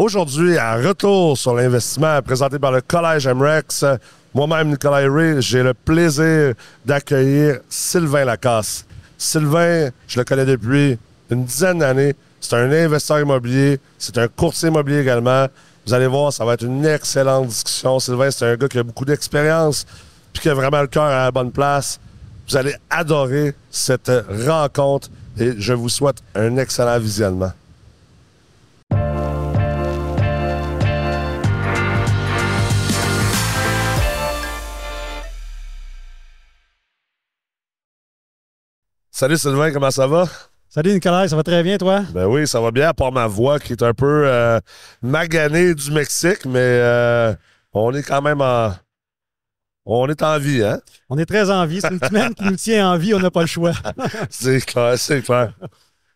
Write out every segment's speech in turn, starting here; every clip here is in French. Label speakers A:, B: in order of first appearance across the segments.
A: Aujourd'hui, à retour sur l'investissement présenté par le Collège MREX, moi-même, Nicolas Ray, j'ai le plaisir d'accueillir Sylvain Lacasse. Sylvain, je le connais depuis une dizaine d'années. C'est un investisseur immobilier, c'est un courtier immobilier également. Vous allez voir, ça va être une excellente discussion. Sylvain, c'est un gars qui a beaucoup d'expérience puis qui a vraiment le cœur à la bonne place. Vous allez adorer cette rencontre et je vous souhaite un excellent visionnement. Salut Sylvain, comment ça va?
B: Salut Nicolas, ça va très bien toi?
A: Ben oui, ça va bien, à part ma voix qui est un peu euh, maganée du Mexique, mais euh, on est quand même en. On est en vie, hein?
B: On est très en vie, c'est une semaine qui nous tient en vie, on n'a pas le choix.
A: C'est clair, c'est clair.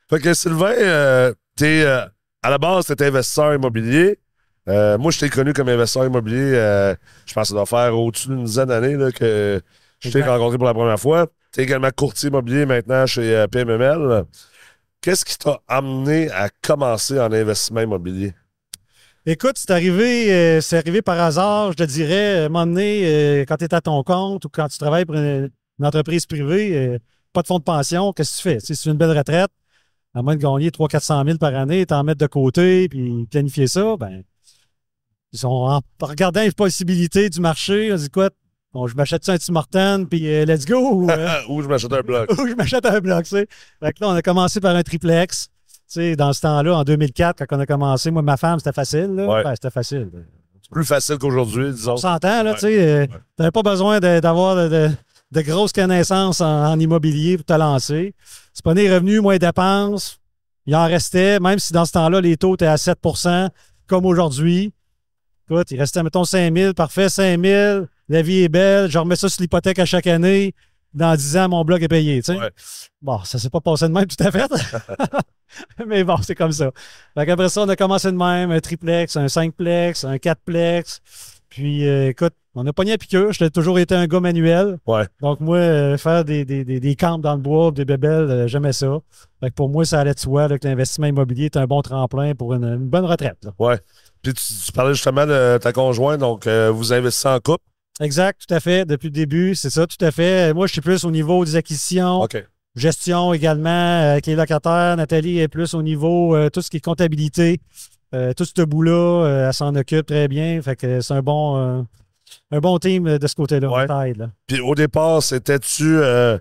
A: Fait que Sylvain, euh, t'es, euh, à la base, t'es investisseur immobilier. Euh, moi, je t'ai connu comme investisseur immobilier, euh, je pense que ça doit faire au-dessus d'une dizaine d'années là, que je t'ai
B: Exact.
A: rencontré pour la première fois. T'es également courtier immobilier maintenant chez euh, PMML. Qu'est-ce qui t'a amené à commencer en investissement immobilier?
B: Écoute, c'est arrivé, euh, c'est arrivé par hasard, je te dirais, euh, à un moment donné, euh, quand tu es à ton compte ou quand tu travailles pour une, une entreprise privée, euh, pas de fonds de pension, qu'est-ce que tu fais? Tu sais, c'est une belle retraite, à moins de gagner 300-400 000 par année, t'en mettre de côté puis planifier ça, ben, ils ont- en regardant les possibilités du marché, on se dit quoi? Bon, je m'achète ça un petit Morton, puis euh, let's go! ou, euh,
A: Ah, Où je m'achète un bloc?
B: où je m'achète un bloc, tu sais. Fait que là, on a commencé par un triplex. Tu sais, dans ce temps-là, en 2004, quand on a commencé, moi, ma femme, c'était facile. là.
A: Ouais.
B: Ben, c'était facile.
A: Plus facile qu'aujourd'hui, disons.
B: On s'entend, là,
A: Ouais.
B: tu sais. euh, T'avais pas besoin de- d'avoir de, de- de grosses connaissances en, en immobilier pour te lancer. Tu prenais les revenus, moins les dépenses. Il en restait, même si dans ce temps-là, les taux étaient à 7 comme aujourd'hui. Écoute, il restait, mettons, 5 000. Parfait, 5 000. La vie est belle. Je remets ça sur l'hypothèque à chaque année. Dans 10 ans, mon blog est payé, tu sais.
A: Ouais.
B: Bon, ça s'est pas passé de même tout à fait. Mais bon, c'est comme ça. Fait qu'après ça, on a commencé de même, un triplex, un cinqplex, un quatreplex. Puis, euh, écoute, on a pogné à piqûre. J'ai toujours été un gars manuel.
A: Ouais.
B: Donc, moi, euh, faire des, des, des, des camps dans le bois, des bébelles, euh, j'aimais ça. Fait que pour moi, ça allait de soi là, que l'investissement immobilier est un bon tremplin pour une, une bonne retraite. là.
A: Puis tu, tu parlais justement de ta conjointe, donc euh, vous investissez en couple.
B: Exact, tout à fait. Depuis le début, c'est ça, tout à fait. Euh, Moi, je suis plus au niveau des acquisitions.
A: OK.
B: gestion également euh, avec les locataires. Nathalie est plus au niveau euh, tout ce qui est comptabilité. Euh, tout ce bout-là, euh, elle s'en occupe très bien. Fait que c'est un bon, euh, un bon team euh, de ce côté-là.
A: Ouais.
B: on t'aide, là.
A: Puis au départ, c'était-tu euh,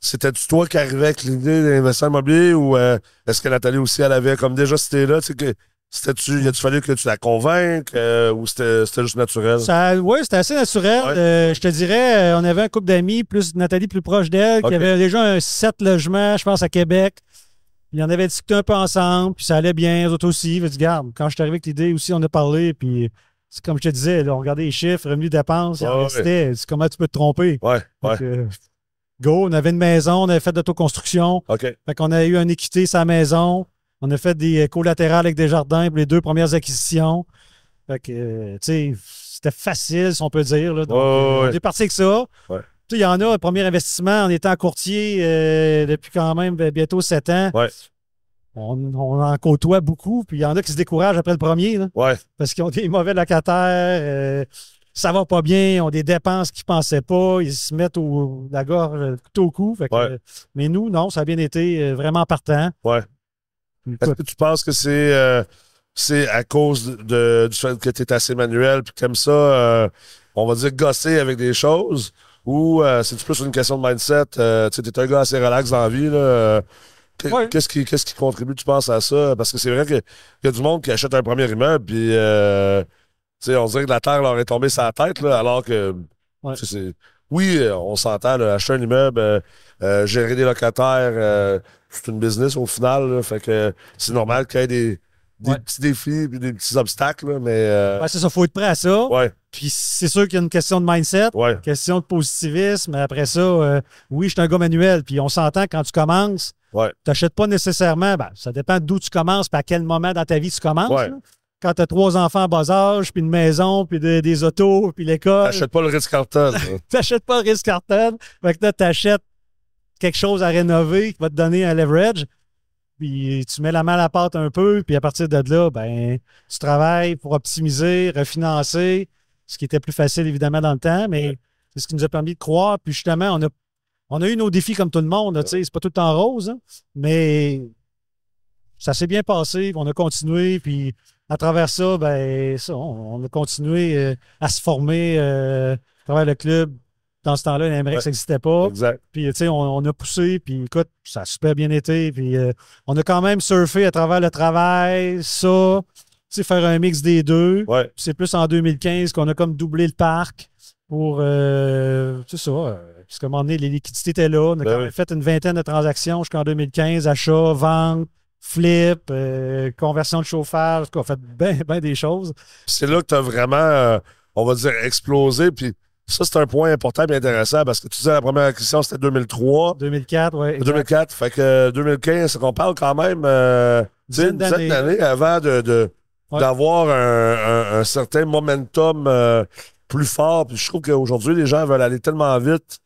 A: c'était-tu toi qui arrivais avec l'idée d'investir immobilier ou euh, est-ce que Nathalie aussi, elle avait comme déjà cette idée-là? tu sais, que C'était-tu, y a-tu fallu que tu la convainques euh, ou c'était c'était juste naturel?
B: Ça, oui, c'était assez naturel.
A: Ouais.
B: Euh, je te dirais, euh, on avait un couple d'amis, plus Nathalie plus proche d'elle,
A: Ok.
B: qui avait déjà un sept logements, je pense, à Québec. Puis on avait discuté un peu ensemble, puis ça allait bien, eux autres aussi. Fait que, garde, quand je suis arrivé avec l'idée aussi, on a parlé, puis c'est comme je te disais, là, on regardait les chiffres, revenus, dépenses, il en
A: Ouais, ouais.
B: restait. C'est Comment tu peux te tromper?
A: Ouais, ouais.
B: Fait que, go, on avait une maison, on avait fait d'autoconstruction.
A: OK.
B: Fait qu'on a eu un équité sa maison. On a fait des euh, collatérales avec des jardins pour les deux premières acquisitions. Fait que, euh, tu sais, c'était facile, si on peut dire. Là. Donc,
A: Ouais, ouais,
B: euh,
A: ouais.
B: On est parti avec ça.
A: Ouais.
B: Tu sais, il y en a, le premier investissement, en étant courtier euh, depuis quand même euh, bientôt sept ans.
A: Ouais.
B: On, on en côtoie beaucoup. Puis il y en a qui se découragent après le premier. là
A: Ouais.
B: parce qu'ils ont des mauvais locataires, euh, ça va pas bien, ils ont des dépenses qu'ils pensaient pas, ils se mettent au, la gorge, euh, tout au cou. Fait que,
A: Ouais.
B: euh, mais nous, non, ça a bien été euh, vraiment partant.
A: Ouais. Est-ce
B: Écoute,
A: que tu penses que c'est euh, c'est à cause de, de- du fait que tu es assez manuel puis comme ça, euh, on va dire gosser avec des choses ou euh, c'est-tu plus une question de mindset? euh, tu es un gars assez relax dans la vie. là, euh, que-
B: Ouais.
A: Qu'est-ce qui, qu'est-ce qui contribue, tu penses, à ça? Parce que c'est vrai qu'il y a du monde qui achète un premier immeuble puis euh, tu sais, on dirait que la terre leur est tombée sur la tête là, alors que
B: Ouais.
A: tu sais, c'est- oui, euh, on s'entend, là, acheter un immeuble, euh, euh, gérer des locataires, euh, c'est une business au final. là, fait que c'est normal qu'il y ait des, des
B: Ouais.
A: petits défis puis des petits obstacles, là, mais euh,
B: ouais, c'est ça, faut être prêt à ça.
A: ouais,
B: Puis c'est sûr qu'il y a une question de mindset,
A: ouais,
B: question de positivisme. Après ça, euh, oui, je suis un gars manuel. Puis on s'entend quand tu commences,
A: Ouais.
B: tu n'achètes pas nécessairement. ben, ça dépend d'où tu commences, puis à quel moment dans ta vie tu commences.
A: Ouais.
B: là. Quand tu as trois enfants en bas âge, puis une maison, puis des- des autos, puis l'école.
A: achète pas le Ritz Carlton.
B: t'achètes pas Ritz Carton, fait que là, t'achètes quelque chose à rénover qui va te donner un leverage. puis tu mets la main à la pâte un peu, puis à partir de là, ben, tu travailles pour optimiser, refinancer, ce qui était plus facile évidemment dans le temps, mais c'est ce qui nous a permis de croire. Puis justement, on a, on a eu nos défis comme tout le monde, là, tu sais, c'est pas tout le temps rose, hein, mais ça s'est bien passé, puis on a continué, puis à travers ça, ben, ça, on, on a continué euh, à se former euh, à travers le club. Dans ce temps-là, l'Amérique
A: Ouais.
B: n'existait pas.
A: Exact.
B: Puis, tu sais, on, on a poussé, puis écoute, ça a super bien été. Puis, euh, on a quand même surfé à travers le travail, ça, tu sais, faire un mix des deux.
A: Ouais.
B: Puis C'est plus en 2015 qu'on a comme doublé le parc pour, euh, c'est ça, euh, parce qu'à un moment donné, les liquidités étaient là. On a
A: Ben
B: quand
A: oui.
B: même fait une vingtaine de transactions jusqu'en 2015, achat, vente, flip, euh, conversion de chauffage, en tout cas, on a fait bien, bien des choses.
A: Puis c'est là que tu as vraiment, euh, on va dire, explosé. Puis ça, c'est un point important et intéressant parce que tu disais la première acquisition, c'était 2003.
B: 2004, ouais. exact.
A: 2004, fait que 2015, c'est qu'on parle quand même euh, tu sais, une
B: Dizaine
A: dizaine
B: d'années.
A: d'années avant de, de-
B: Ouais.
A: d'avoir un, un- un certain momentum euh, plus fort. Puis je trouve qu'aujourd'hui, les gens veulent aller tellement vite,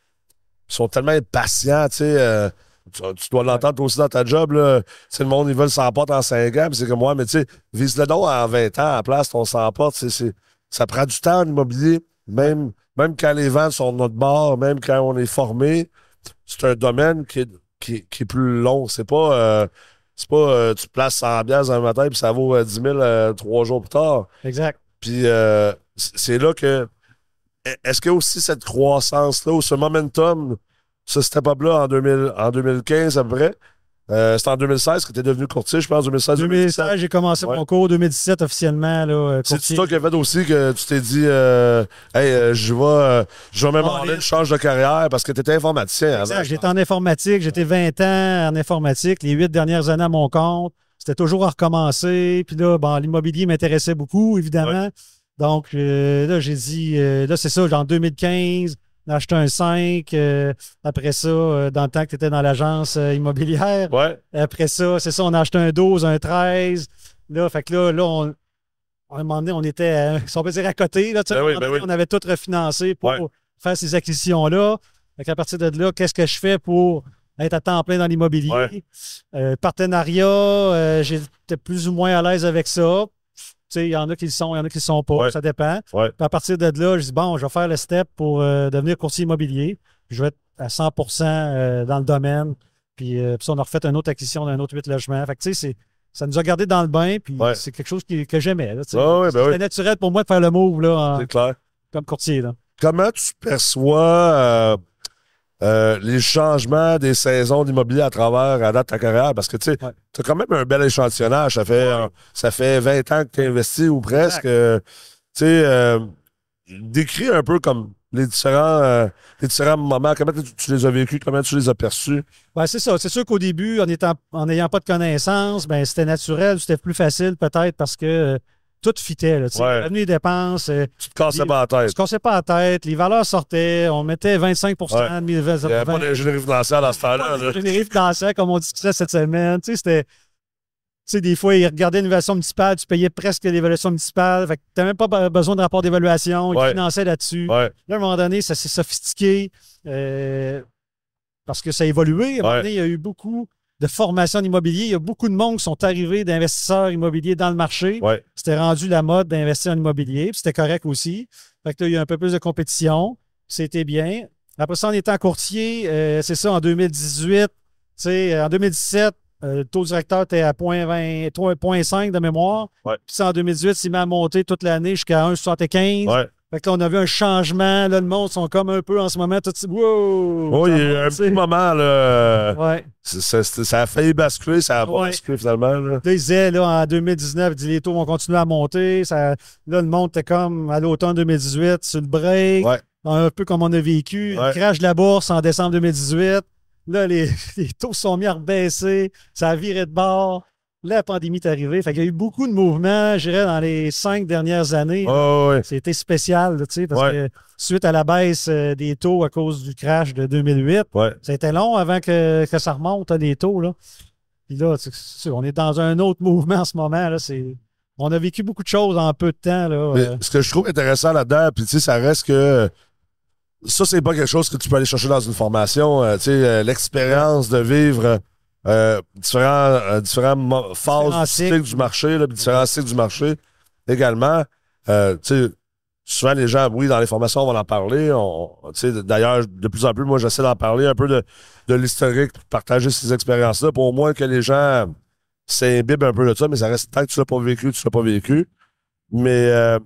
A: ils sont tellement impatients, tu sais. euh, tu, tu dois l'entendre toi aussi dans ta job, là. Tu sais, le monde, ils veulent 100 portes en 5 ans, puis c'est comme moi, mais tu sais, vise-le donc en 20 ans, à la place, ton 100 portes, c'est- c'est- ça prend du temps en immobilier, même, même quand les ventes sont de notre bord, même quand on est formé, c'est un domaine qui est, qui, qui est plus long. C'est pas, euh, c'est pas euh, tu places 100 bières un matin, puis ça vaut euh, 10 000 euh, trois jours plus tard.
B: Exact.
A: Puis euh, c- c'est là que. e, Est-ce que aussi cette croissance-là, ou ce momentum, ce step-up-là en, 2000 en 2015 à peu près, euh, c'est en 2016 que tu es devenu courtier, je pense, 2016
B: 2016, j'ai commencé
A: Ouais.
B: mon cours 2017 officiellement. Là, euh,
A: C'est
B: courtier.
A: toi qui as fait aussi que tu t'es dit, euh, hey, euh, je vais, euh, je vais même
B: En
A: en
B: ligne.
A: ligne, je change de carrière parce que tu étais informaticien avant.
B: Exact. J'étais en informatique. J'étais 20 ans en informatique. Les huit dernières années à mon compte, c'était toujours à recommencer. Puis là, bon, l'immobilier m'intéressait beaucoup, évidemment. Donc, euh, là, j'ai dit, euh, là, c'est ça, en 2015, on a acheté un 5. euh, après ça, euh, dans le temps que tu étais dans l'agence euh, immobilière.
A: Ouais.
B: Après ça, c'est ça, on a acheté un 12, un 13. Là, fait que là, là, on, à un moment donné, on était, à- si on peut dire, à côté. Là, tu sais,
A: Ben oui,
B: on,
A: ben
B: avait-
A: oui.
B: on avait tout refinancé pour
A: Ouais.
B: faire ces acquisitions-là. Fait à partir de là, qu'est-ce que je fais pour être à temps plein dans l'immobilier?
A: Ouais.
B: Euh, partenariat, euh, j'étais plus ou moins à l'aise avec ça. Tu sais, il y en a qui le sont, il y en a qui le sont pas,
A: Ouais.
B: ça dépend.
A: Ouais.
B: Puis à partir de là, je dis, bon, je vais faire le step pour euh, devenir courtier immobilier. Je vais être à 100 euh, dans le domaine. Puis, euh, puis ça, on a refait une autre acquisition d'un autre huit logements. Fait que, tu sais, c'est- ça nous a gardé dans le bain. Puis
A: Ouais.
B: c'est quelque chose qui- que j'aimais. là, tu sais.
A: Ouais, ouais, ben oui,
B: C'était naturel pour moi de faire le move là, en-
A: c'est clair.
B: comme courtier. Là.
A: Comment tu perçois euh, euh, les changements des saisons d'immobilier à travers à date de ta carrière? Parce que tu sais,
B: Ouais.
A: tu as quand même un bel échantillonnage. Ça fait, euh, ça fait 20 ans que tu investis ou presque.
B: Exact.
A: Euh, tu sais, euh, décris un peu comme les différents, euh, les différents moments. Comment tu, tu les as vécus? Comment tu les as perçus?
B: Ben, c'est ça. C'est sûr qu'au début, en étant, en n'ayant pas de connaissances, ben, c'était naturel, c'était plus facile peut-être parce que euh, tout fitait. Là, tu sais.
A: Ouais.
B: Revenu et dépenses, euh,
A: Tu te cassais
B: Les-
A: pas la
B: on
A: tête.
B: se cassait pas la tête, les valeurs sortaient, on mettait 25
A: Ouais.
B: de mes
A: Il n'y avait pas
B: 20
A: d'ingénierie financière dans ce temps-là. là.
B: Générique générif dansait, comme on discutait cette semaine. Tu sais, c'était. Tu sais, des fois, ils regardaient l'évaluation municipale, tu payais presque l'évaluation municipale. Fait que t'as même pas be- besoin de rapport d'évaluation. Ils
A: Ouais.
B: finançaient là-dessus.
A: Ouais,
B: Là, à un moment donné, ça s'est sophistiqué euh, parce que ça a évolué. À un moment
A: Ouais.
B: donné, il y a eu beaucoup de formations en immobilier. Il y a beaucoup de monde qui sont arrivés d'investisseurs immobiliers dans le marché.
A: ouais.
B: C'était rendu la mode d'investir en immobilier, puis c'était correct aussi. Fait que là, il y a un peu plus de compétition. C'était bien. Après ça, en étant courtier, euh, c'est ça, en 2018, tu sais, en 2017, euh, le taux directeur était à 0.20 3.5 de mémoire.
A: Ouais.
B: Puis ça, en 2018, il m'a monté toute l'année jusqu'à 1,75.
A: ouais.
B: Fait que là, on a vu un changement. Là, le monde sont comme un peu en ce moment, tout de suite, wow!
A: Oh, il y
B: Ça
A: a eu
B: monte,
A: un
B: tu
A: petit
B: sais.
A: moment, là.
B: Ouais.
A: c'est- c'est- c'est- Ça a failli basculer, ça a pas
B: Ouais.
A: basculé finalement. là.
B: Là, ils disaient, là, en 2019, ils disaient, les taux vont continuer à monter. Ça, là, le monde était comme à l'automne 2018, sur le break.
A: Ouais.
B: Un peu comme on a vécu.
A: Ouais.
B: Le crash de la bourse en décembre 2018. Là, les, les taux se sont mis à rebaisser. Ça a viré de bord. La pandémie est arrivée. Fait qu'il y a eu beaucoup de mouvements, je dirais, dans les cinq dernières années.
A: Oh, ouais.
B: C'était spécial, là, tu sais, parce
A: Ouais.
B: que suite à la baisse euh, des taux à cause du crash de 2008,
A: Ouais.
B: c'était long avant que, que ça remonte, hein, les taux. Là. Puis là, c'est- c'est sûr, on est dans un autre mouvement en ce moment. Là, c'est, on a vécu beaucoup de choses en peu de temps. Là,
A: Mais
B: euh,
A: ce que je trouve intéressant là-dedans, puis tu sais, ça reste que ça, c'est pas quelque chose que tu peux aller chercher dans une formation. euh, tu sais, euh, l'expérience de vivre euh, différents, euh, différents mo-
B: Différents
A: phases du cycle
B: cycles.
A: du marché, là, puis différents cycles du marché également. Euh, tu sais, souvent, les gens, oui, dans les formations, on va en parler. On, tu sais, D'ailleurs, de plus en plus, moi, j'essaie d'en parler un peu de, de l'historique, puis de partager ces expériences-là pour au moins que les gens s'imbibent un peu de ça, mais ça reste tant que tu l'as pas vécu, tu l'as pas vécu. Mais euh,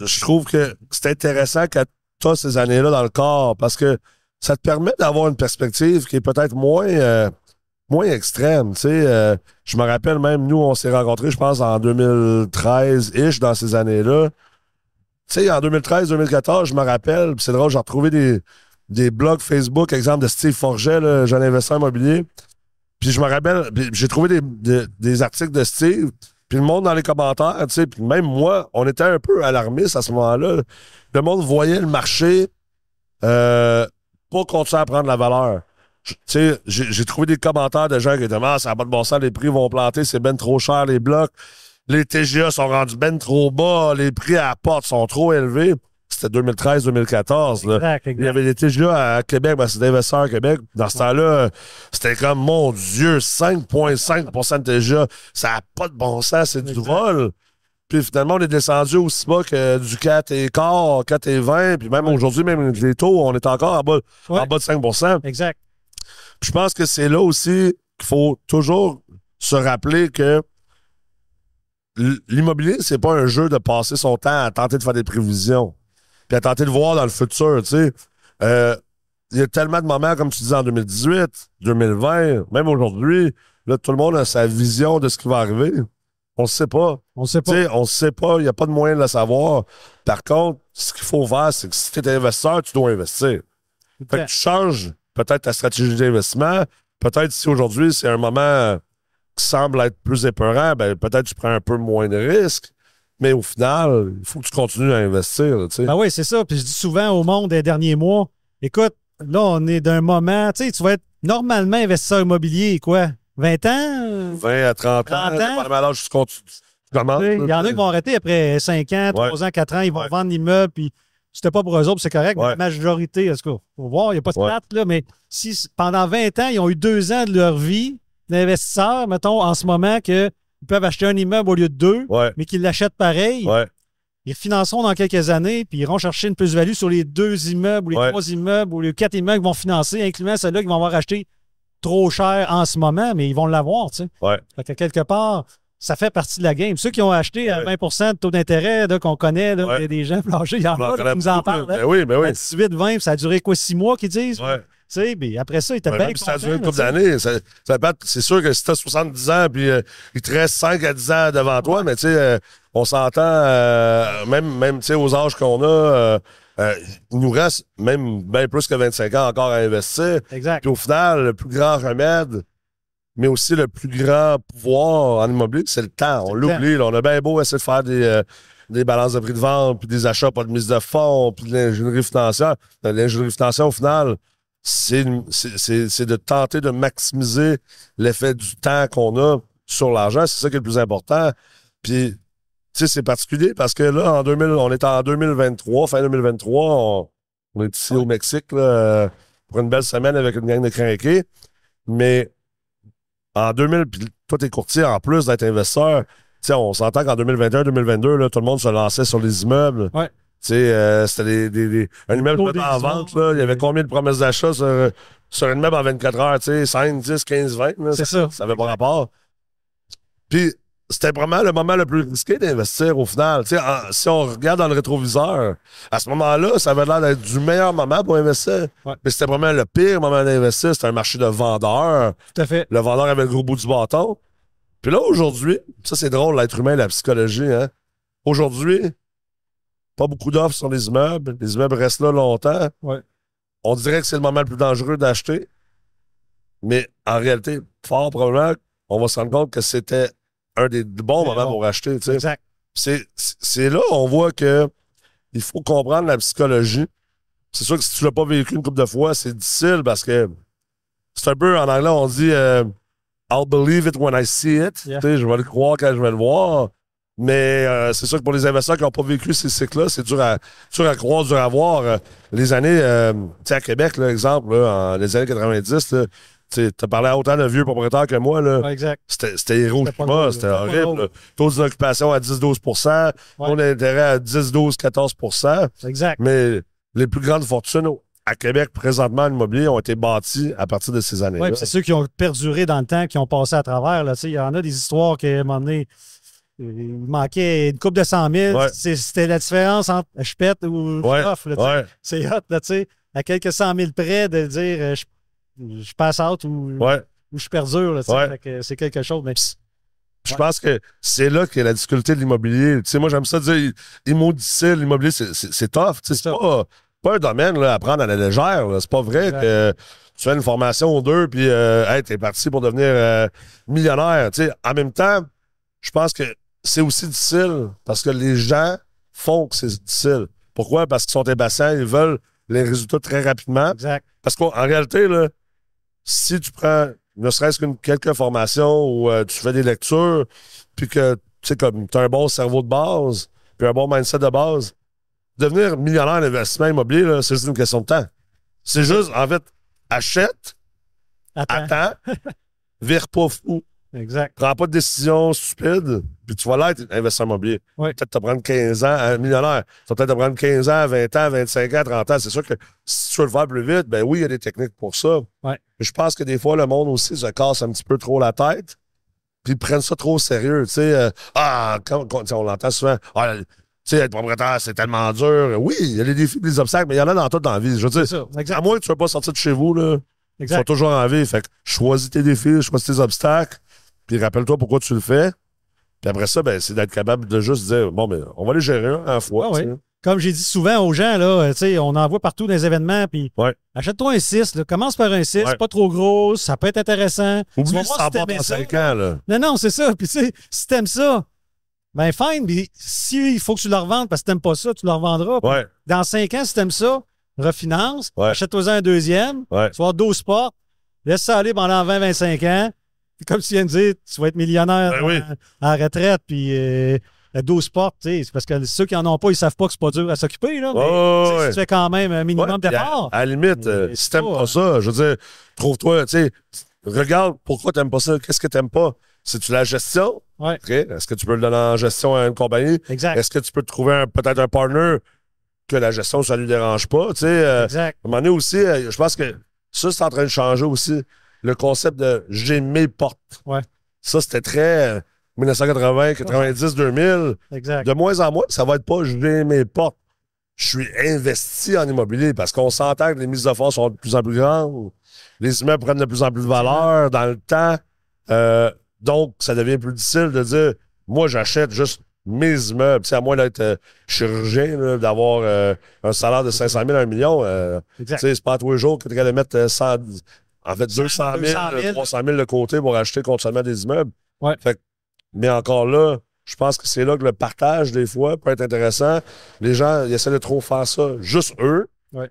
A: je trouve que c'est intéressant que tu as ces années-là dans le corps parce que ça te permet d'avoir une perspective qui est peut-être moins, euh, moins extrême. Tu sais, Euh, je me rappelle même, nous, on s'est rencontrés, je pense, en 2013-ish, dans ces années-là. Tu sais, en 2013-2014, je me rappelle, puis c'est drôle, j'ai retrouvé des, des blogs Facebook, exemple de Steve Forget, là, jeune investisseur immobilier. Puis je me rappelle, puis j'ai trouvé des, des- des articles de Steve, puis le monde dans les commentaires, tu sais, puis même moi, on était un peu alarmistes à ce moment-là. Le monde voyait le marché euh, pas continuer à prendre la valeur. Je- Tu sais, j'ai j'ai trouvé des commentaires de gens qui étaient Ah, ça n'a pas de bon sens, les prix vont planter, c'est ben trop cher les blocs. Les TGA sont rendus ben trop bas, les prix à la porte sont trop élevés. C'était 2013-2014, là.
B: Exact,
A: Il y
B: exact.
A: avait des TGA à Québec, ben c'est d'investisseurs à Québec. Dans ce temps-là, euh, c'était comme, mon Dieu, 5,5 de TGA. Ça n'a pas de bon sens, c'est du
B: Exact.
A: drôle. Puis finalement, on est descendu aussi bas que du 4 et quart, 4 et 20. Puis même aujourd'hui, même avec les taux, on est encore en bas,
B: Ouais.
A: en bas de 5 Puis
B: Exact.
A: Je pense que c'est là aussi qu'il faut toujours se rappeler que l- l'immobilier, c'est pas un jeu de passer son temps à tenter de faire des prévisions puis à tenter de voir dans le futur, tu sais. Euh, il y a tellement de moments, comme tu disais, en 2018, 2020, même aujourd'hui, là, tout le monde a sa vision de ce qui va arriver. On ne sait pas.
B: On ne sait pas.
A: Tu sais, on ne sait pas. Il n'y a pas de moyen de le savoir. Par contre, ce qu'il faut faire, c'est que si tu es investisseur, tu dois investir. Fait que tu changes peut-être ta stratégie d'investissement. Peut-être si aujourd'hui, c'est un moment qui semble être plus épeurant, ben, peut-être tu prends un peu moins de risques. Mais au final, il faut que tu continues à investir, là, tu sais.
B: Ben oui, c'est ça. Puis je dis souvent au monde des derniers mois, écoute, là, on est d'un moment, tu sais, tu vas être normalement investisseur immobilier, quoi, 20 ans? euh,
A: 20 à 30 ans.
B: 30 ans.
A: dépendamment à l'âge où tu commences.
B: tu sais, Il y en a qui vont arrêter après 5 ans, 3 ans, 4 ans, ils vont
A: Ah, Ouais.
B: vendre l'immeuble, puis c'était pas pour eux autres, puis c'est correct. mais
A: Ouais.
B: La majorité, en tout cas, faut voir, il n'y a pas de
A: Ouais.
B: plate, là, mais si c- pendant 20 ans, ils ont eu 2 ans de leur vie d'investisseurs, mettons, en ce moment, qu'ils peuvent acheter un immeuble au lieu de deux,
A: Ouais,
B: mais qu'ils l'achètent pareil,
A: ouais,
B: ils financeront dans quelques années, puis ils iront chercher une plus-value sur les deux immeubles, ou les
A: Ouais.
B: trois immeubles, ou les quatre immeubles qu'ils vont financer, incluant ceux-là qu'ils vont avoir acheté trop cher en ce moment, mais ils vont l'avoir, tu sais.
A: Ouais.
B: Fait que quelque part, ça fait partie de la game. Ceux qui ont acheté à 20 de taux d'intérêt, là, qu'on connaît, là,
A: Ouais.
B: il y a des gens planchés, il y en
A: On en
B: a Ah, là,
A: connaît
B: qui nous en
A: beaucoup,
B: parlent. hein.
A: là.
B: là.
A: Ben oui, ben oui.
B: 18, 20, puis ça a duré quoi, six mois qu'ils disent?
A: Ouais.
B: Tu sais, puis après ça, ils étaient
A: Ouais,
B: bien
A: même si ça a duré
B: contents,
A: une
B: là,
A: couple d'années, ça- ça peut être- c'est sûr que si t'as 70 ans, puis euh, il te reste 5 à 10 ans devant toi, mais tu sais, euh, on s'entend, euh, même, même tu sais, aux âges qu'on a, euh, euh, il nous reste même bien plus que 25 ans encore à investir.
B: tu sais. Exact.
A: Puis au final, le plus grand remède, mais aussi le plus grand pouvoir en immobilier, c'est le temps. On
B: C'est le
A: l'oublie. là. On a bien beau essayer de faire des, euh, des balances de prix de vente, puis des achats, pas de mise de fonds, puis de l'ingénierie financière. Euh, L'ingénierie financière, au final, c'est une- c'est- c'est c'est de tenter de maximiser l'effet du temps qu'on a sur l'argent. C'est ça qui est le plus important. Puis, tu sais, c'est particulier parce que là, en 2000, on est en 2023, fin 2023, on, on est ici au Mexique là, euh, pour une belle semaine avec une gang de crinqués. Mais en 2000, puis toi, t'es courtier en plus d'être investisseur. tu sais, on s'entend qu'en 2021-2022, là, tout le monde se lançait sur les immeubles.
B: Ouais.
A: Tu sais, euh, c'était des, des- des- un immeuble
B: Taux des
A: en
B: immeubles.
A: vente. Là, il y avait combien de promesses d'achat sur, euh, sur un immeuble en 24 heures? Tu sais, 5, 10, 15, 20. là,
B: C'est ça.
A: ça n'avait pas rapport. Puis, c'était vraiment le moment le plus risqué d'investir au final. Tu sais, en- si on regarde dans le rétroviseur, à ce moment-là, ça avait l'air d'être du meilleur moment pour investir.
B: Ouais.
A: Mais c'était vraiment le pire moment d'investir. C'était un marché de vendeurs.
B: Tout à fait.
A: Le vendeur avait le gros bout du bâton. Puis là, aujourd'hui, ça c'est drôle, l'être humain, la psychologie. Hein? Aujourd'hui, pas beaucoup d'offres sur les immeubles. Les immeubles restent là longtemps.
B: Ouais.
A: On dirait que c'est le moment le plus dangereux d'acheter. Mais en réalité, fort probablement, on va se rendre compte que c'était un des bons
B: Mais
A: moments
B: bon.
A: pour acheter. tu sais.
B: Exact.
A: C'est- C'est c'est là on voit que il faut comprendre la psychologie. C'est sûr que si tu l'as pas vécu une couple de fois, c'est difficile parce que c'est un peu en anglais, on dit euh, I'll believe it when I see it.
B: Yeah.
A: Tu sais, Je vais le croire quand je vais le voir. Mais euh, c'est sûr que pour les investisseurs qui n'ont pas vécu ces cycles-là, c'est dur à, dur à croire, dur à voir. Euh, Les années, euh, tu sais, à Québec, là, exemple, là, en- les années 90, là, Tu as parlé à autant de vieux propriétaires que moi. Là.
B: Ouais, exact.
A: C'était c'était héros,
B: C'était pas
A: moi,
B: drôle,
A: c'était
B: là. C'était pas
A: horrible.
B: drôle.
A: là. Taux d'occupation à 10-12 taux d'intérêt à 10-12-14
B: Exact.
A: Mais les plus grandes fortunes au- à Québec, présentement, en immobilier, ont été bâties à partir de ces années-là.
B: Oui, c'est ceux qui ont perduré dans le temps, qui ont passé à travers. là, tu sais, Il y en a des histoires qu'à un moment donné, euh, il manquait une coupe de 100 000.
A: Ouais.
B: C'est- C'était la différence entre je pète ou je
A: Ouais,
B: offre. là, tu sais.
A: ouais,
B: C'est hot, là, tu sais, à quelques cent mille près de dire euh, je, je passe out ou,
A: ouais.
B: ou je perdure. Là, tu sais.
A: Ouais.
B: Fait que c'est quelque chose. Mais
A: Je pense que c'est là qu'est la difficulté de l'immobilier. Tu sais, moi, j'aime ça dire, immaudicile, l'immobilier, c'est- c'est c'est tough. Tu sais, c'est
B: C'est ça.
A: pas, pas un domaine là, à prendre à la légère. là. C'est pas vrai
B: Exact.
A: que tu fais une formation ou deux, puis euh, hey, t'es parti pour devenir euh, millionnaire. Tu sais, en même temps, je pense que c'est aussi difficile parce que les gens font que c'est difficile. Pourquoi? Parce qu'ils sont impatients, ils veulent les résultats très rapidement.
B: exact.
A: Parce qu'en réalité, là, si tu prends ne serait-ce qu'une quelques formations ou euh, tu fais des lectures, puis que tu sais, comme tu as un bon cerveau de base, puis un bon mindset de base, devenir millionnaire en investissement immobilier, là, c'est juste une question de temps. C'est juste, en fait, achète,
B: Attends.
A: attends, vire pas fou,
B: Exact.
A: prends pas de décision stupide, puis tu vas l'être, investisseur immobilier.
B: Ouais.
A: Peut-être te prendre 15 ans à millionnaire. Ça va peut-être te prendre 15 ans, 20 ans, 25 ans, 30 ans. C'est sûr que si tu veux le faire plus vite, ben oui, il y a des techniques pour ça.
B: Ouais.
A: Mais Je pense que des fois, le monde aussi se casse un petit peu trop la tête, puis ils prennent ça trop au sérieux. Tu sais, euh, ah, quand, quand- on l'entend souvent, ah, tu sais, être propriétaire, c'est tellement dur. Oui, il y a des défis, des obstacles, mais il y en a dans toute la vie. Je veux
B: C'est
A: dire,
B: ça.
A: à
B: Exact.
A: moins que tu ne sois pas sorti de chez vous, là, ils sont
B: Exact.
A: toujours en vie. Fait que choisis tes défis, choisis tes obstacles, puis rappelle-toi pourquoi tu le fais. Puis après ça, ben, c'est d'être capable de juste dire bon, mais on va les gérer un à la fois.
B: Ah oui.
A: tu sais.
B: Comme j'ai dit souvent aux gens, là, euh, tu sais, on en voit partout dans les événements. Puis
A: Ouais.
B: achète-toi un 6. là. Commence par un 6,
A: Ouais.
B: pas trop gros, ça peut être intéressant. Tu vas
A: Oublie
B: voir
A: ça
B: si
A: part
B: t'aimais
A: en
B: ça.
A: 5 ans. Là.
B: Non, non, c'est ça. Puis, tu sais, si t'aimes ça, ben fine. Mais si il faut que tu le revendes parce que t'aimes pas ça, tu le revendras. Puis
A: Ouais,
B: Dans cinq ans, si t'aimes ça, refinance,
A: Ouais.
B: achète-toi un deuxième,
A: ouais.
B: tu vas avoir 12 portes, laisse ça aller pendant 20-25 ans. Puis comme tu viens de dire, tu vas être millionnaire
A: Ben oui.
B: en, en retraite. Puis euh, 12 portes, tu sais, c'est parce que ceux qui en ont pas, ils savent pas que c'est pas dur à s'occuper. là. Mais,
A: Ouais,
B: tu sais,
A: ouais.
B: Si tu fais quand même un minimum
A: Ouais, puis
B: d'efforts.
A: À, à la limite,
B: Mais
A: euh,
B: c'est
A: si t'aimes
B: pas,
A: pas ça, je veux dire, trouve-toi, tu sais, regarde pourquoi t'aimes pas ça, qu'est-ce que t'aimes pas. C'est-tu la gestion?
B: Ouais.
A: OK. Est-ce que tu peux le donner en gestion à une compagnie?
B: Exact.
A: Est-ce que tu peux te trouver un- peut-être un partner que la gestion, ça lui dérange pas? Tu sais, euh,
B: Exact.
A: À un moment donné aussi, euh, je pense que ça, c'est en train de changer aussi. Le concept de j'ai mes portes.
B: Ouais.
A: Ça, c'était très euh, 1980, 90, 2000.
B: Exact.
A: De moins en moins, ça va être pas j'ai mes portes. Je suis investi en immobilier parce qu'on s'entend que les mises de fonds sont de plus en plus grandes. Les immeubles prennent de plus en plus de valeur dans le temps. Euh, donc, ça devient plus difficile de dire moi, j'achète juste mes immeubles. Tu sais, à moins d'être euh, chirurgien, là, d'avoir euh, un salaire de 500 000 à 1 million, euh, tu
B: Exact.
A: sais, c'est pas à tous les jours que tu allais mettre euh, 100, en fait, 200 000,
B: 200 000,
A: 300 000 de côté pour acheter continuellement des immeubles.
B: Ouais.
A: Fait que- mais encore là, je pense que c'est là que le partage, des fois, peut être intéressant. Les gens, ils essaient de trop faire ça, juste eux.
B: Ouais.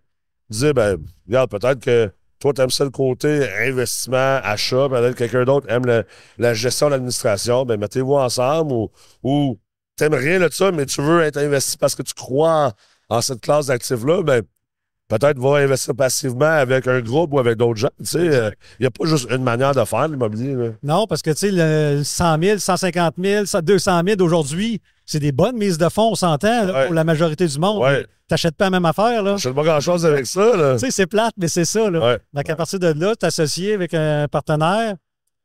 A: Dire, ben, regarde, peut-être que toi, tu aimes ça le côté investissement, achat, peut-être que quelqu'un d'autre aime le- la gestion de l'administration. Ben, mettez-vous ensemble ou, ou t'aimes rien de ça, mais tu veux être investi parce que tu crois en, en cette classe d'actifs-là. Ben, peut-être va investir passivement avec un groupe ou avec d'autres gens. Tu sais, euh, il n'y a pas juste une manière de faire l'immobilier. là.
B: Non, parce que, tu sais, le 100 000, 150 000, 200 000 aujourd'hui, c'est des bonnes mises de fonds, on s'entend, là,
A: Ouais.
B: pour la majorité du monde.
A: Ouais.
B: T'achètes pas la même affaire, là.
A: Je sais pas grand-chose avec ça. Là.
B: Tu sais, c'est plate, mais c'est ça, là.
A: Ouais.
B: Donc, à partir de là, t'associer avec un partenaire,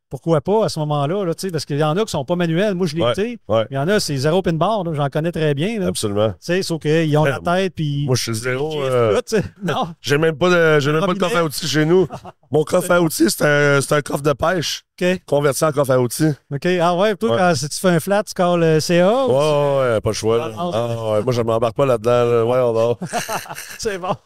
B: pourquoi pas à ce moment-là, là, tu sais, parce qu'il y en a qui sont pas manuels. Moi, je l'ai
A: Ouais.
B: été.
A: Ouais.
B: Il y en a, c'est zéro pin bar, là. j'en connais très bien, là. Tu
A: Absolument.
B: sais, sauf qu'ils ont la
A: Ouais.
B: tête, puis...
A: Moi, je suis zéro.
B: Chiffre,
A: euh,
B: là, tu sais. non,
A: j'ai même pas de, j'ai même pas de
B: Robinet.
A: coffre à outils chez nous. Mon coffre à outils, c'est un, c'est un coffre de pêche
B: OK,
A: converti en coffre à outils.
B: OK. Ah ouais, toi,
A: Ouais.
B: quand si tu fais un flat, tu euh, calls le CA,
A: Ouais, ouais, ouais, pas le choix. là.
B: Oh, Ah,
A: Ah, ouais, moi, je m'embarque pas là-dedans. là. Ouais, on va.
B: c'est bon.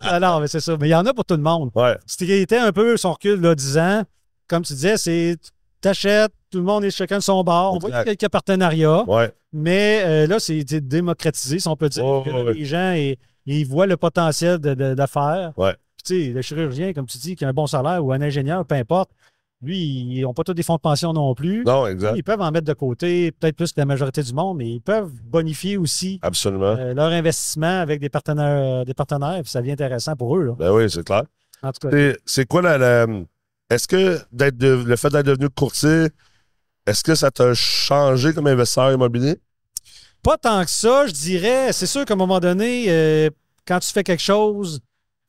B: Ah non, mais c'est ça. Mais il y en a pour tout le monde.
A: Ouais,
B: C'était était un peu son recul, là, 10 ans. Comme tu disais, c'est t'achètes, tout le monde est chacun de son bord. On voit qu'il y a quelques partenariats,
A: ouais.
B: mais euh, là, c'est dé- démocratisé, si on peut dire.
A: Ouais,
B: que
A: ouais, ouais.
B: Les gens, ils, ils voient le potentiel de- de- d'affaires.
A: Ouais.
B: Puis, tu sais, le chirurgien, comme tu dis, qui a un bon salaire ou un ingénieur, peu importe, lui, ils n'ont pas tous des fonds de pension non plus.
A: Non, exact.
B: Ils peuvent en mettre de côté, peut-être plus que la majorité du monde, mais ils peuvent bonifier aussi
A: Absolument.
B: euh, leur investissement avec des partenaires, des partenaires, puis ça devient intéressant pour eux. là.
A: Ben oui, c'est clair.
B: En tout cas,
A: C'est- C'est quoi la, la- Est-ce que d'être de- le fait d'être devenu courtier, est-ce que ça t'a changé comme investisseur immobilier?
B: Pas tant que ça, je dirais. C'est sûr qu'à un moment donné, euh, quand tu fais quelque chose,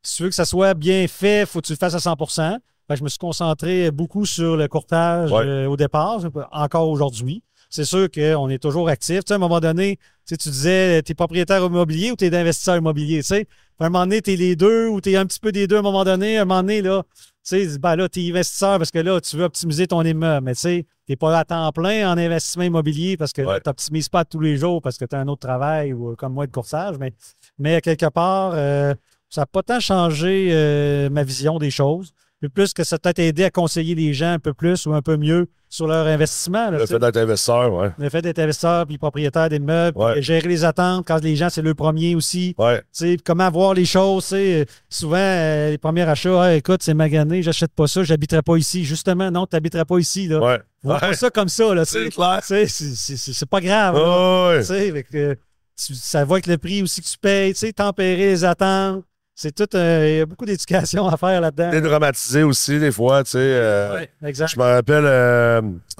B: si tu veux que ça soit bien fait, faut que tu le fasses à 100 Fait que je me suis concentré beaucoup sur le courtage
A: Ouais.
B: euh, au départ, encore aujourd'hui. C'est sûr qu'on est toujours actif. Tu sais, à un moment donné, tu sais, tu disais, tu es propriétaire immobilier ou tu es d'investisseur immobilier. Tu sais, à un moment donné, tu es les deux ou tu es un petit peu des deux à un moment donné. À un moment donné, là, tu sais, ben là, tu es investisseur parce que là, tu veux optimiser ton immeuble. Mais tu sais, tu n'es pas à temps plein en investissement immobilier parce que
A: Ouais.
B: tu n'optimises pas tous les jours parce que tu as un autre travail ou euh, comme moi de courtage. Mais, mais quelque part, euh, ça n'a pas tant changé euh, ma vision des choses. Mais plus que ça t'a aidé à conseiller les gens un peu plus ou un peu mieux sur leur investissement. là,
A: Le
B: tu sais.
A: fait d'être investisseur, ouais.
B: Le fait d'être investisseur puis propriétaire d'immeubles,
A: Ouais.
B: puis gérer les attentes quand les gens, c'est le premier aussi.
A: Ouais.
B: Tu sais, comment voir les choses, tu sais, euh, souvent, euh, les premiers achats, Ah, écoute, c'est magané, j'achète pas ça, j'habiterai pas ici. Justement, non, tu n'habiterais pas ici. Là.
A: Ouais.
B: Vois
A: Ouais.
B: pas ça comme ça, là, tu sais.
A: C'est clair.
B: Tu sais, C'est c'est- c'est- c'est pas grave. là.
A: Ah ouais.
B: Tu sais, fait que, tu- ça va avec le prix aussi que tu payes, tu sais, tempérer les attentes. C'est tout, un- il y a beaucoup d'éducation à faire là-dedans.
A: Dédramatiser aussi, des fois, tu sais. euh,
B: Ouais, exact.
A: Je me rappelle, euh,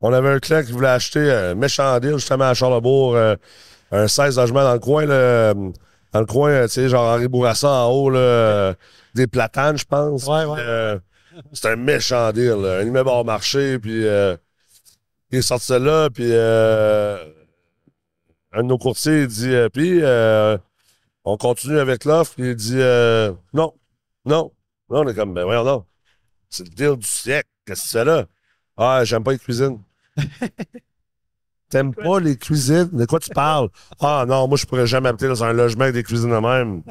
A: on avait un client qui voulait acheter euh, un méchant deal, justement, à Charlebourg, euh, un 16 logements dans le coin, là, euh, dans le coin, euh, tu sais, genre Henri Bourassa en haut, là, euh, des platanes, je pense.
B: Ouais, ouais.
A: Puis, euh, C'était un méchant deal, là, un immeuble hors marché, puis euh, il est sorti de là, puis euh, un de nos courtiers, il dit, euh, puis euh, on continue avec l'offre, puis il dit, euh, non, non, non, on est comme, ben voyons non. C'est le deal du siècle. Qu'est-ce que c'est là? Ah, j'aime pas les cuisines. T'aimes pas les cuisines? De quoi tu parles? Ah non, moi, je pourrais jamais habiter dans un logement avec des cuisines de même.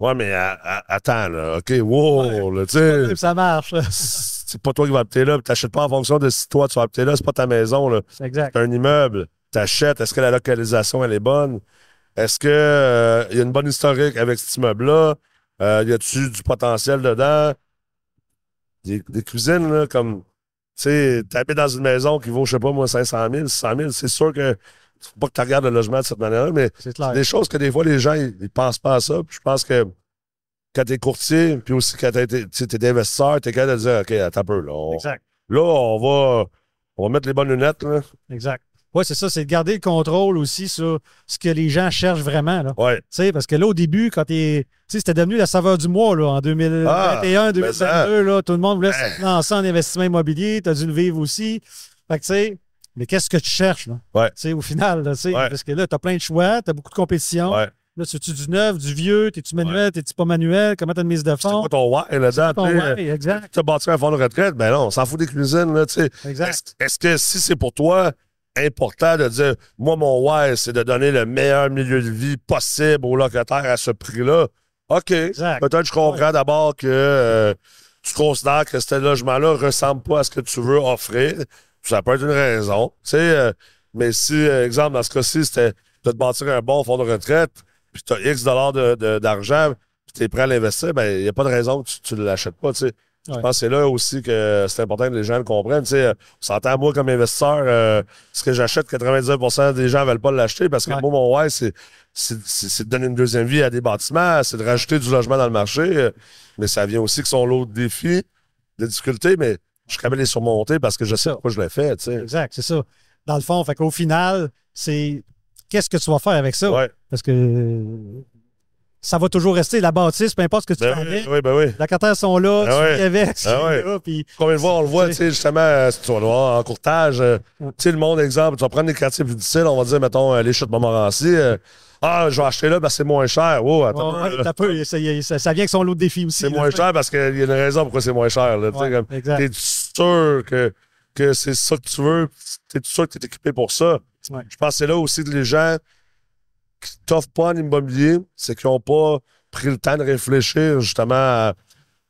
A: Ouais, mais à- à- attends, là. OK, wow, là, tu sais.
B: Ça marche, là.
A: C'est pas toi qui vas habiter là. puis T'achètes pas en fonction de si toi, tu vas habiter là. C'est pas ta maison, là.
B: Exact.
A: C'est un immeuble. T'achètes. Est-ce que la localisation, elle est bonne? Est-ce que euh, il y a une bonne historique avec cet immeuble-là? Euh, y a-tu du potentiel dedans? Des, des cuisines, là, comme, tu sais, t'habites dans une maison qui vaut, je sais pas, moi, 500 000, 600 000, c'est sûr que, faut pas que tu regardes le logement de cette manière-là, mais
B: C'est clair.
A: des choses que des fois, les gens, ils, ils pensent pas à ça. Puis je pense que quand t'es courtier, puis aussi quand t'es, t'es, tu sais, t'es investisseur, t'es capable de dire, OK, attends un peu, là. on-
B: Exact.
A: là, on va, on va mettre les bonnes lunettes, là.
B: Exact. Oui, c'est ça, c'est de garder le contrôle aussi sur ce que les gens cherchent vraiment. Là.
A: Ouais.
B: Tu sais, parce que là, au début, quand t'es. Tu sais, c'était devenu la saveur du mois là, en 2021,
A: Ah, ben ça. Ben.
B: 2022. Là, tout le monde voulait se
A: Hey.
B: lancer en investissement immobilier. Tu as dû le vivre aussi. Fait que, tu sais, mais qu'est-ce que tu cherches, là?
A: Ouais.
B: Tu sais, au final, là, tu sais,
A: Ouais.
B: parce que là, tu as plein de choix, tu as beaucoup de compétition.
A: Ouais.
B: Là, tu tu du neuf, du vieux, t'es-tu manuel, t'es-tu pas manuel, comment t'as une mise de
A: C'est
B: fond?
A: quoi ton why là-dedans?
B: Ton-
A: tu sais, euh,
B: ouais, exact,
A: T'as bâti un fonds de retraite? Ben non, on s'en fout des cuisines, là, tu sais.
B: exact.
A: Est-ce est-ce que si c'est pour toi important de dire, moi, mon why, c'est de donner le meilleur milieu de vie possible aux locataires à ce prix-là? OK.
B: Exact.
A: Peut-être que je comprends d'abord que euh, tu considères que ce logement-là ressemble pas à ce que tu veux offrir. Ça peut être une raison. Tu sais, euh, mais si, euh, exemple, dans ce cas-ci, c'était de te bâtir un bon fonds de retraite, puis tu as X dollars de- de- d'argent, puis tu es prêt à l'investir, ben il n'y a pas de raison que tu ne l'achètes pas. tu sais.
B: Ouais.
A: Je pense que c'est là aussi que c'est important que les gens le comprennent. Tu sais, euh, on s'entend, moi, comme investisseur, euh, ce que j'achète, 99 des gens ne veulent pas l'acheter parce que
B: Ouais.
A: moi, mon ouais, c'est c'est- c'est c'est de donner une deuxième vie à des bâtiments, c'est de rajouter du logement dans le marché, euh, mais ça vient aussi que son lot de défis, de difficultés, mais je suis capable de les surmonter parce que je sais
B: Ça.
A: pourquoi je le fais, tu sais.
B: Exact, c'est ça. Dans le fond, fait qu'au final, c'est qu'est-ce que tu vas faire avec ça?
A: Ouais.
B: Parce que euh, ça va toujours rester la bâtisse, peu importe ce que tu fais
A: Ben oui,
B: avec.
A: oui, ben oui.
B: Les locataires sont là,
A: Ah
B: tu
A: ouais.
B: vis avec,
A: Ah ouais.
B: là, puis
A: Combien de fois on le voit,
B: C'est-
A: tu sais, justement, euh, si tu vas le voir en courtage, euh,
B: Ouais.
A: tu sais, le monde, exemple, tu vas prendre des quartiers plus difficiles, on va dire, mettons, euh, les chutes de Montmorency, euh, ah, je vais acheter là parce que c'est moins cher. Oh, attends,
B: ouais,
A: euh,
B: t'as peu, ça, y est, ça- ça vient avec son lot de défis aussi.
A: c'est
B: là.
A: moins cher parce qu'il y a une raison pourquoi c'est moins cher. Là, tu sais,
B: Ouais,
A: comme,
B: exact.
A: T'es sûr que, que c'est ça que tu veux? T'es sûr que t'es équipé pour ça?
B: Ouais.
A: Je pense que c'est là aussi que les gens qui t'offrent pas en immobilier, c'est qu'ils n'ont pas pris le temps de réfléchir justement à,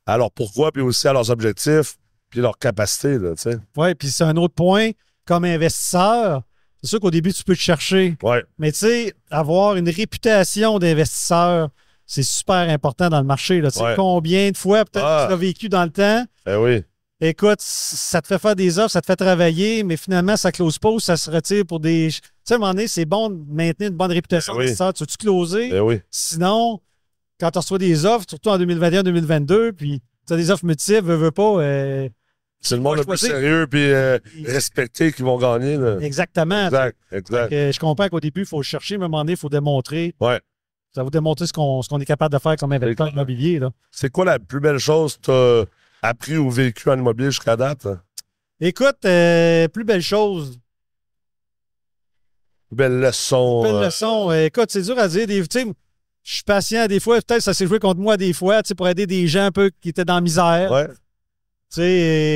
A: à leur pourquoi, puis aussi à leurs objectifs, puis leurs capacités. Là, tu sais.
B: Oui, puis c'est un autre point. Comme investisseur, c'est sûr qu'au début, tu peux te chercher.
A: ouais.
B: Mais tu sais, avoir une réputation d'investisseur, c'est super important dans le marché. Là. Tu sais,
A: Ouais.
B: Combien de fois peut-être
A: Ah.
B: tu l'as vécu dans le temps?
A: Ben oui.
B: Écoute, ça te fait faire des offres, ça te fait travailler, mais finalement, ça close pas ou ça se retire pour des. Tu sais, à un moment donné, c'est bon de maintenir une bonne réputation
A: Ben oui.
B: d'investisseur. Tu veux-tu closer?
A: Ben oui.
B: Sinon, quand tu reçois des offres, surtout en 2021-2022, puis tu as des offres multiples, veux, veux pas. euh,
A: C'est le monde
B: Ouais,
A: le
B: je
A: plus
B: sais.
A: sérieux puis euh, respecté qui vont gagner. Là.
B: exactement.
A: Exact,
B: Fait
A: exact.
B: que je comprends qu'au début, il faut chercher, mais à un moment donné, il faut démontrer.
A: Ouais.
B: Ça vous démontrer ce qu'on ce qu'on est capable de faire comme investisseur
A: clair.
B: immobilier. Là.
A: C'est quoi la plus belle chose que tu as appris ou vécu en immobilier jusqu'à date? hein?
B: Écoute, euh, plus belle chose,
A: Belle leçon.
B: Plein de
A: euh,
B: leçons. Euh, Écoute, c'est dur à dire. Des, tu sais, je suis patient des fois. Peut-être que ça s'est joué contre moi des fois, tu sais, pour aider des gens un peu qui étaient dans la misère.
A: ouais.
B: Tu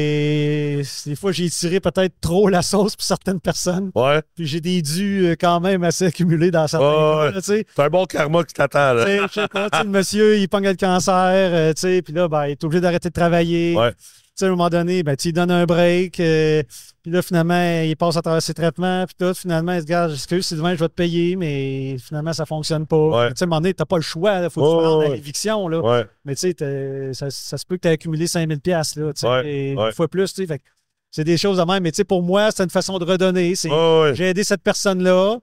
B: sais, euh, des fois, j'ai tiré peut-être trop la sauce pour certaines personnes.
A: Ouais.
B: Puis j'ai des dus euh, quand même assez accumulés dans certains
A: Ouais, ouais.
B: cas, là, tu sais.
A: C'est un bon karma qui t'attend.
B: Tu
A: là.
B: sais, Je sais pas, tu sais, le monsieur, il pogne le cancer, euh, tu sais, puis là, ben, il est obligé d'arrêter de travailler.
A: Ouais.
B: Tu sais, à un moment donné, ben, tu lui donnes un break, euh, puis là, finalement, il passe à travers ses traitements, puis tout, finalement, il se dit, Garde, excuse, Sylvain, je vais te payer, mais finalement, ça fonctionne pas.
A: Ouais.
B: Tu sais, à un moment donné, t'as pas le choix, là, faut que
A: Ouais,
B: tu rentres à
A: ouais.
B: l'éviction, là.
A: Ouais.
B: Mais tu sais, t'es- ça, ça se peut que tu aies accumulé 5000 pièces là, tu sais,
A: Ouais,
B: et
A: ouais.
B: une fois plus, tu sais, fait que c'est des choses de même, mais tu sais, pour moi, c'est une façon de redonner, c'est
A: Ouais, ouais.
B: j'ai aidé cette personne-là.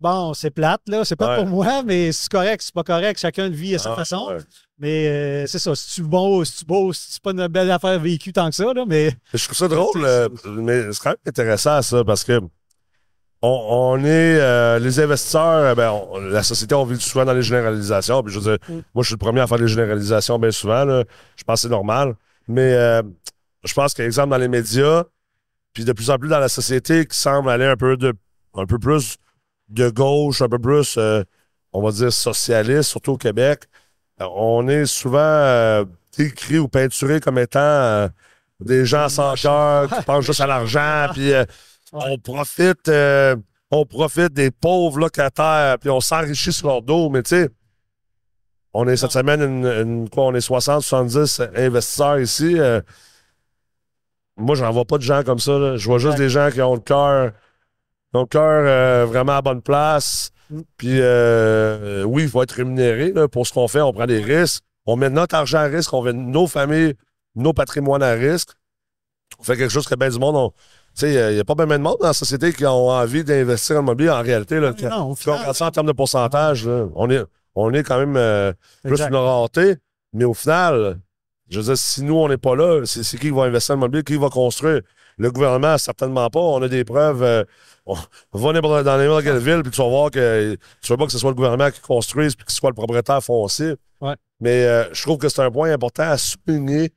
B: Bon, c'est plate, là. C'est pas
A: Ouais.
B: pour moi, mais c'est correct, c'est pas correct. Chacun vit à sa
A: Ah,
B: façon.
A: ouais.
B: Mais euh, c'est ça. Si tu bon, si tu beau, si c'est pas une belle affaire vécue tant que ça, là, mais
A: Je trouve ça drôle, euh, mais c'est quand même intéressant, ça, parce que on, on est euh, les investisseurs, euh, ben, on- la société, on vit souvent dans les généralisations. Puis je veux dire,
B: Mm.
A: moi, je suis le premier à faire des généralisations bien souvent. là. Je pense que c'est normal. Mais euh, je pense qu'exemple dans les médias, puis de plus en plus dans la société qui semble aller un peu de un peu plus de gauche, un peu plus, euh, on va dire, socialiste, surtout au Québec, euh, on est souvent euh, décrit ou peinturé comme étant euh, des gens sans cœur, qui pensent juste à l'argent, puis euh, on profite euh, on profite des pauvres locataires, puis on s'enrichit sur leur dos, mais tu sais, on est cette semaine, une, une- quoi, on est 60, 70 investisseurs ici. euh, moi, j'en vois pas de gens comme ça. là. Je vois juste
B: Exact.
A: des gens qui ont le cœur qui ont le cœur euh, vraiment à bonne place.
B: Mm.
A: Puis euh, euh, oui, il faut être rémunéré là, pour ce qu'on fait. On prend des risques. On met notre argent à risque. On met nos familles, nos patrimoines à risque. On fait quelque chose que bien du monde... on- Tu sais, il n'y a pas bien de monde dans la société qui ont envie d'investir en immobilier en réalité. Là,
B: non, au
A: Puis on
B: final,
A: regarde ça en termes de pourcentage, là, on, est, on est quand même euh, plus
B: exact.
A: une rareté, mais au final, je veux dire, si nous, on n'est pas là, c'est c'est qui qui va investir dans le mobile, qui va construire? Le gouvernement, certainement pas. On a des preuves. euh, on va n'importe- dans n'importe quelle ville, puis tu vas voir que tu veux pas que ce soit le gouvernement qui construise, puis que ce soit le propriétaire foncier.
B: Ouais.
A: Mais euh, je trouve que c'est un point important à souligner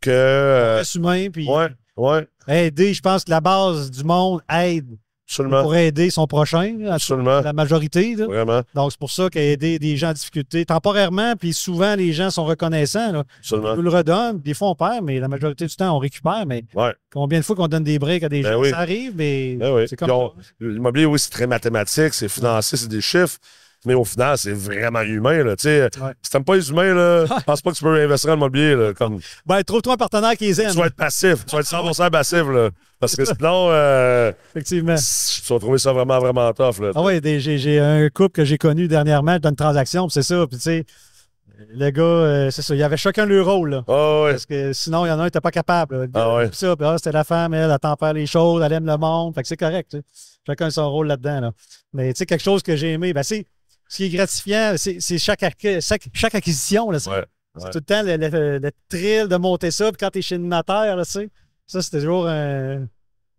A: que. euh,
B: reste humain, puis
A: ouais, ouais,
B: aider, je pense que la base du monde aide
A: absolument.
B: pour aider son prochain, là,
A: Absolument.
B: la majorité. là.
A: Vraiment,
B: Donc, c'est pour ça qu'aider des gens en difficulté temporairement, puis souvent, les gens sont reconnaissants. Là.
A: absolument.
B: On nous le redonne. Des fois, on perd, mais la majorité du temps, on récupère. Mais
A: Ouais.
B: combien de fois qu'on donne des breaks à des
A: Ben
B: gens?
A: oui.
B: Ça arrive, mais
A: Ben oui.
B: c'est comme
A: Puis on-
B: ça.
A: L'immobilier, oui, c'est très mathématique, c'est financier, c'est des chiffres, mais au final, c'est vraiment humain. Là. Tu sais,
B: Ouais.
A: Si t'aimes pas les humains, là, je pense pas que tu peux investir en immobilier. Là, comme, tu
B: Ben, trouve-toi un partenaire qui les aime,
A: vas être passif, tu vas être 100% passif. Là, parce que sinon, euh,
B: effectivement.
A: tu vas trouver ça vraiment, vraiment tough. Là.
B: Ah ouais, des- j'ai j'ai un couple que j'ai connu dernièrement dans une transaction, puis c'est ça. Puis tu sais, le gars, euh, c'est ça, il y avait chacun leur rôle, là.
A: Ah ouais.
B: Parce que sinon, il y en a un qui n'était pas capable. là.
A: Ah ouais.
B: Puis ça, puis ah, c'était la femme, elle, elle attend faire les choses, elle aime le monde. Fait que c'est correct. tu sais. Chacun son rôle là-dedans. Là. Mais tu sais, quelque chose que j'ai aimé, ben c'est ce qui est gratifiant, c'est c'est chaque, acqui- chaque, chaque acquisition. Là, c'est
A: Ouais,
B: c'est
A: ouais.
B: tout le temps le, le- le thrill de monter ça, puis quand t'es chez le notaire, là, tu sais, ça, c'est toujours un,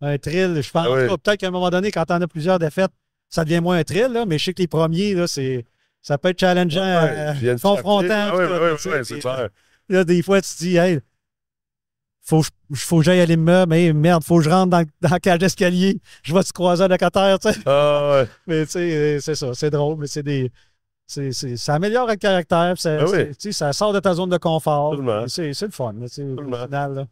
B: un thrill, je pense.
A: Ah oui.
B: En tout cas, Peut-être qu'à un moment donné, quand t'en as plusieurs défaites, ça devient moins un thrill, là, mais je sais que les premiers, là, c'est. Ça peut être challengeant, euh,
A: Ouais, puis il y a une
B: confrontant.
A: fierté. Ah ouais,
B: tout ça,
A: ouais, ouais,
B: tu sais,
A: ouais, c'est
B: puis- euh,
A: clair.
B: Là, des fois, tu te dis, hey, faut que je- faut que j'aille à l'immeuble, hey, merde, faut que je rentre dans, dans la cage d'escalier, je vais te croiser un locataire, tu sais.
A: Ah ouais.
B: Mais tu sais, euh, c'est ça, c'est drôle, mais c'est des. c'est- c'est- ça améliore le caractère, puis ça,
A: Ah oui.
B: c'est- tu sais, ça sort de ta zone de confort.
A: Absolument.
B: C'est c'est le fun, là, tu sais,
A: Absolument.
B: au final. là.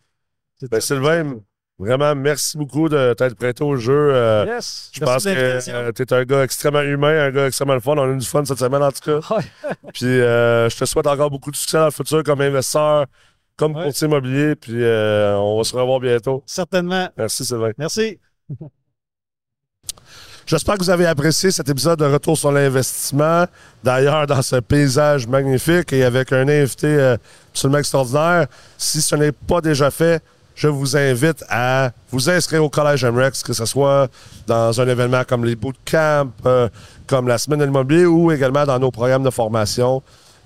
B: C'est
A: Ben,
B: ça.
A: Sylvain, m- vraiment, merci beaucoup de t'être prêté au jeu. euh,
B: Yes,
A: Je
B: merci
A: pense
B: de
A: que
B: l'invitation.
A: euh, t'es un gars extrêmement humain, un gars extrêmement le fun. On a eu du fun cette semaine, en tout cas.
B: Ouais.
A: Puis euh, je te souhaite encore beaucoup de succès dans le futur comme investisseur, comme
B: Ouais.
A: courtier immobilier. Puis euh, on va se revoir bientôt.
B: Certainement.
A: Merci Sylvain.
B: Merci.
A: J'espère que vous avez apprécié cet épisode de Retour sur l'investissement. D'ailleurs, dans ce paysage magnifique et avec un invité euh, absolument extraordinaire. Si ce n'est pas déjà fait, je vous invite à vous inscrire au Collège MREX, que ce soit dans un événement comme les bootcamps, euh, comme la semaine de l'immobilier ou également dans nos programmes de formation.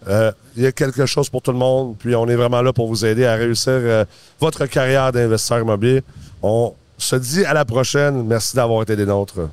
A: Euh, Il y a quelque chose pour tout le monde. Puis on est vraiment là pour vous aider à réussir euh, votre carrière d'investisseur immobilier. On se dit à la prochaine. Merci d'avoir été des nôtres.